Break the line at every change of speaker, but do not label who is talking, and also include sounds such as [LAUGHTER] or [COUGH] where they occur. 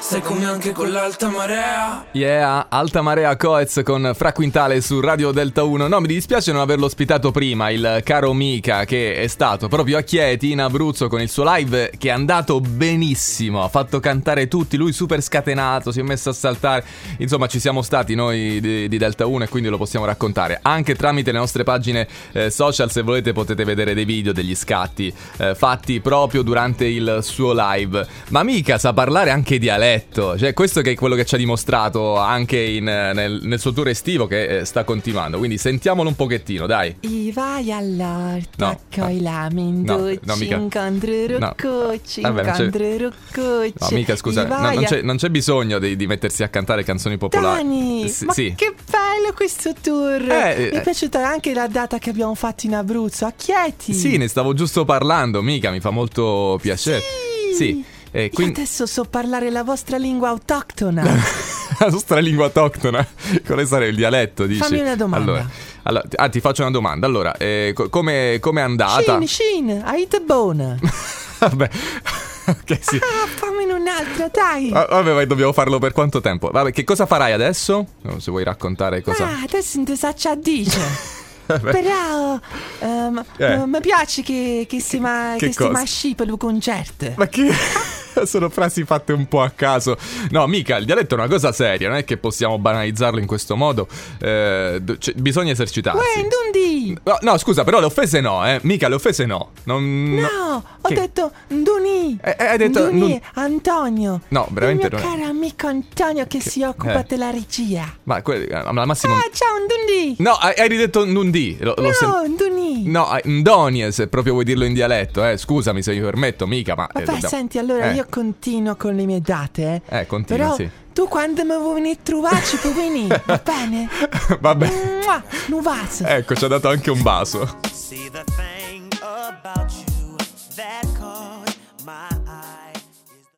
Sei come anche con l'alta marea.
Yeah, Alta Marea Coez con Fra Quintale su Radio Delta 1. No, mi dispiace non averlo ospitato prima, il caro Mica che è stato proprio a Chieti in Abruzzo con il suo live che è andato benissimo, ha fatto cantare tutti, lui super scatenato, si è messo a saltare. Insomma, ci siamo stati noi di, di Delta 1 e quindi lo possiamo raccontare anche tramite le nostre pagine eh, social, se volete potete vedere dei video degli scatti eh, fatti proprio durante il suo live. Ma Mica sa parlare anche dialetto, cioè questo che è quello che ci ha dimostrato anche in, eh, nel, nel suo tour estivo che eh, sta continuando. Quindi sentiamolo un pochettino, dai.
I vai all'orto
No,
coi
eh, no,
lamento,
no,
ci
mica.
incontri
No,
roccoci,
vabbè, non c'è-
incontri roccoci.
No, mica scusa,
I
no,
vai
non,
a-
c'è, non c'è bisogno di, di mettersi a cantare canzoni popolari.
Dani,
S-
ma
Eh, sì.
che bello questo tour!
Eh,
Mi
eh.
è piaciuta anche la data che abbiamo fatto in Abruzzo, a Chieti.
Sì, ne stavo giusto parlando, mica, mi fa molto piacere.
Sì. Diciamo
Sì. Eh, E
Io
quindi
adesso so parlare la vostra
[LAUGHS]
lingua autoctona.
la nostra lingua autoctona, quale sarebbe il dialetto? Dici?
Fammi una domanda.
Allora, allora- ah, ti faccio una domanda. Allora, eh, co- come come è andata? [LAUGHS]
Shin, Shin, hai te buona.
Vabbè, ok, sì.
Ah, fammene un'altra, dai.
Ah, Vabbè, vai, dobbiamo farlo per quanto tempo? Vabbè, che cosa farai adesso? No, se vuoi raccontare cosa.
Ah, adesso non ti sa ciò dice.
[LAUGHS] Vabbè.
Però ehm,
Eh.
eh, mi piace che, che si ma,
Che
che si
cosa?
ma sci per il concerto.
Ma che. [LAUGHS] Sono frasi fatte un po' a caso. No, mica, il dialetto è una cosa seria, non è che possiamo banalizzarlo in questo modo. Eh, d- cioè, bisogna
Uè,
esercitarsi.
non di!
No, no, scusa, però le offese no, eh. Mica, le offese no. Non-
No, ho
Che-
detto Nduni.
Eh, eh, hai detto
Nduni,
Ndun-
Antonio.
No, veramente
Il mio
non è-
caro amico Antonio che, si occupa
eh.
della regia.
Ma que- al massimo.
Ah, ciao Nduni.
No, hai, hai ridetto Nundi. Lo, lo sen-
no, Nduni.
No, hai- Ndonie, se proprio vuoi dirlo in dialetto, eh. Scusami se mi permetto, mica, ma. eh,
Vabbè,
dobbiamo-
senti, allora
Eh.
io continuo con le mie date. Eh,
Eh, continua,
Però
sì.
tu quando mi vuoi venire a trovarci
[LAUGHS]
puoi venire, va bene?
[LAUGHS] Vabbè.
Mua, Nuvas.
Eh, Ecco, ci ha dato anche un vaso.
See the thing.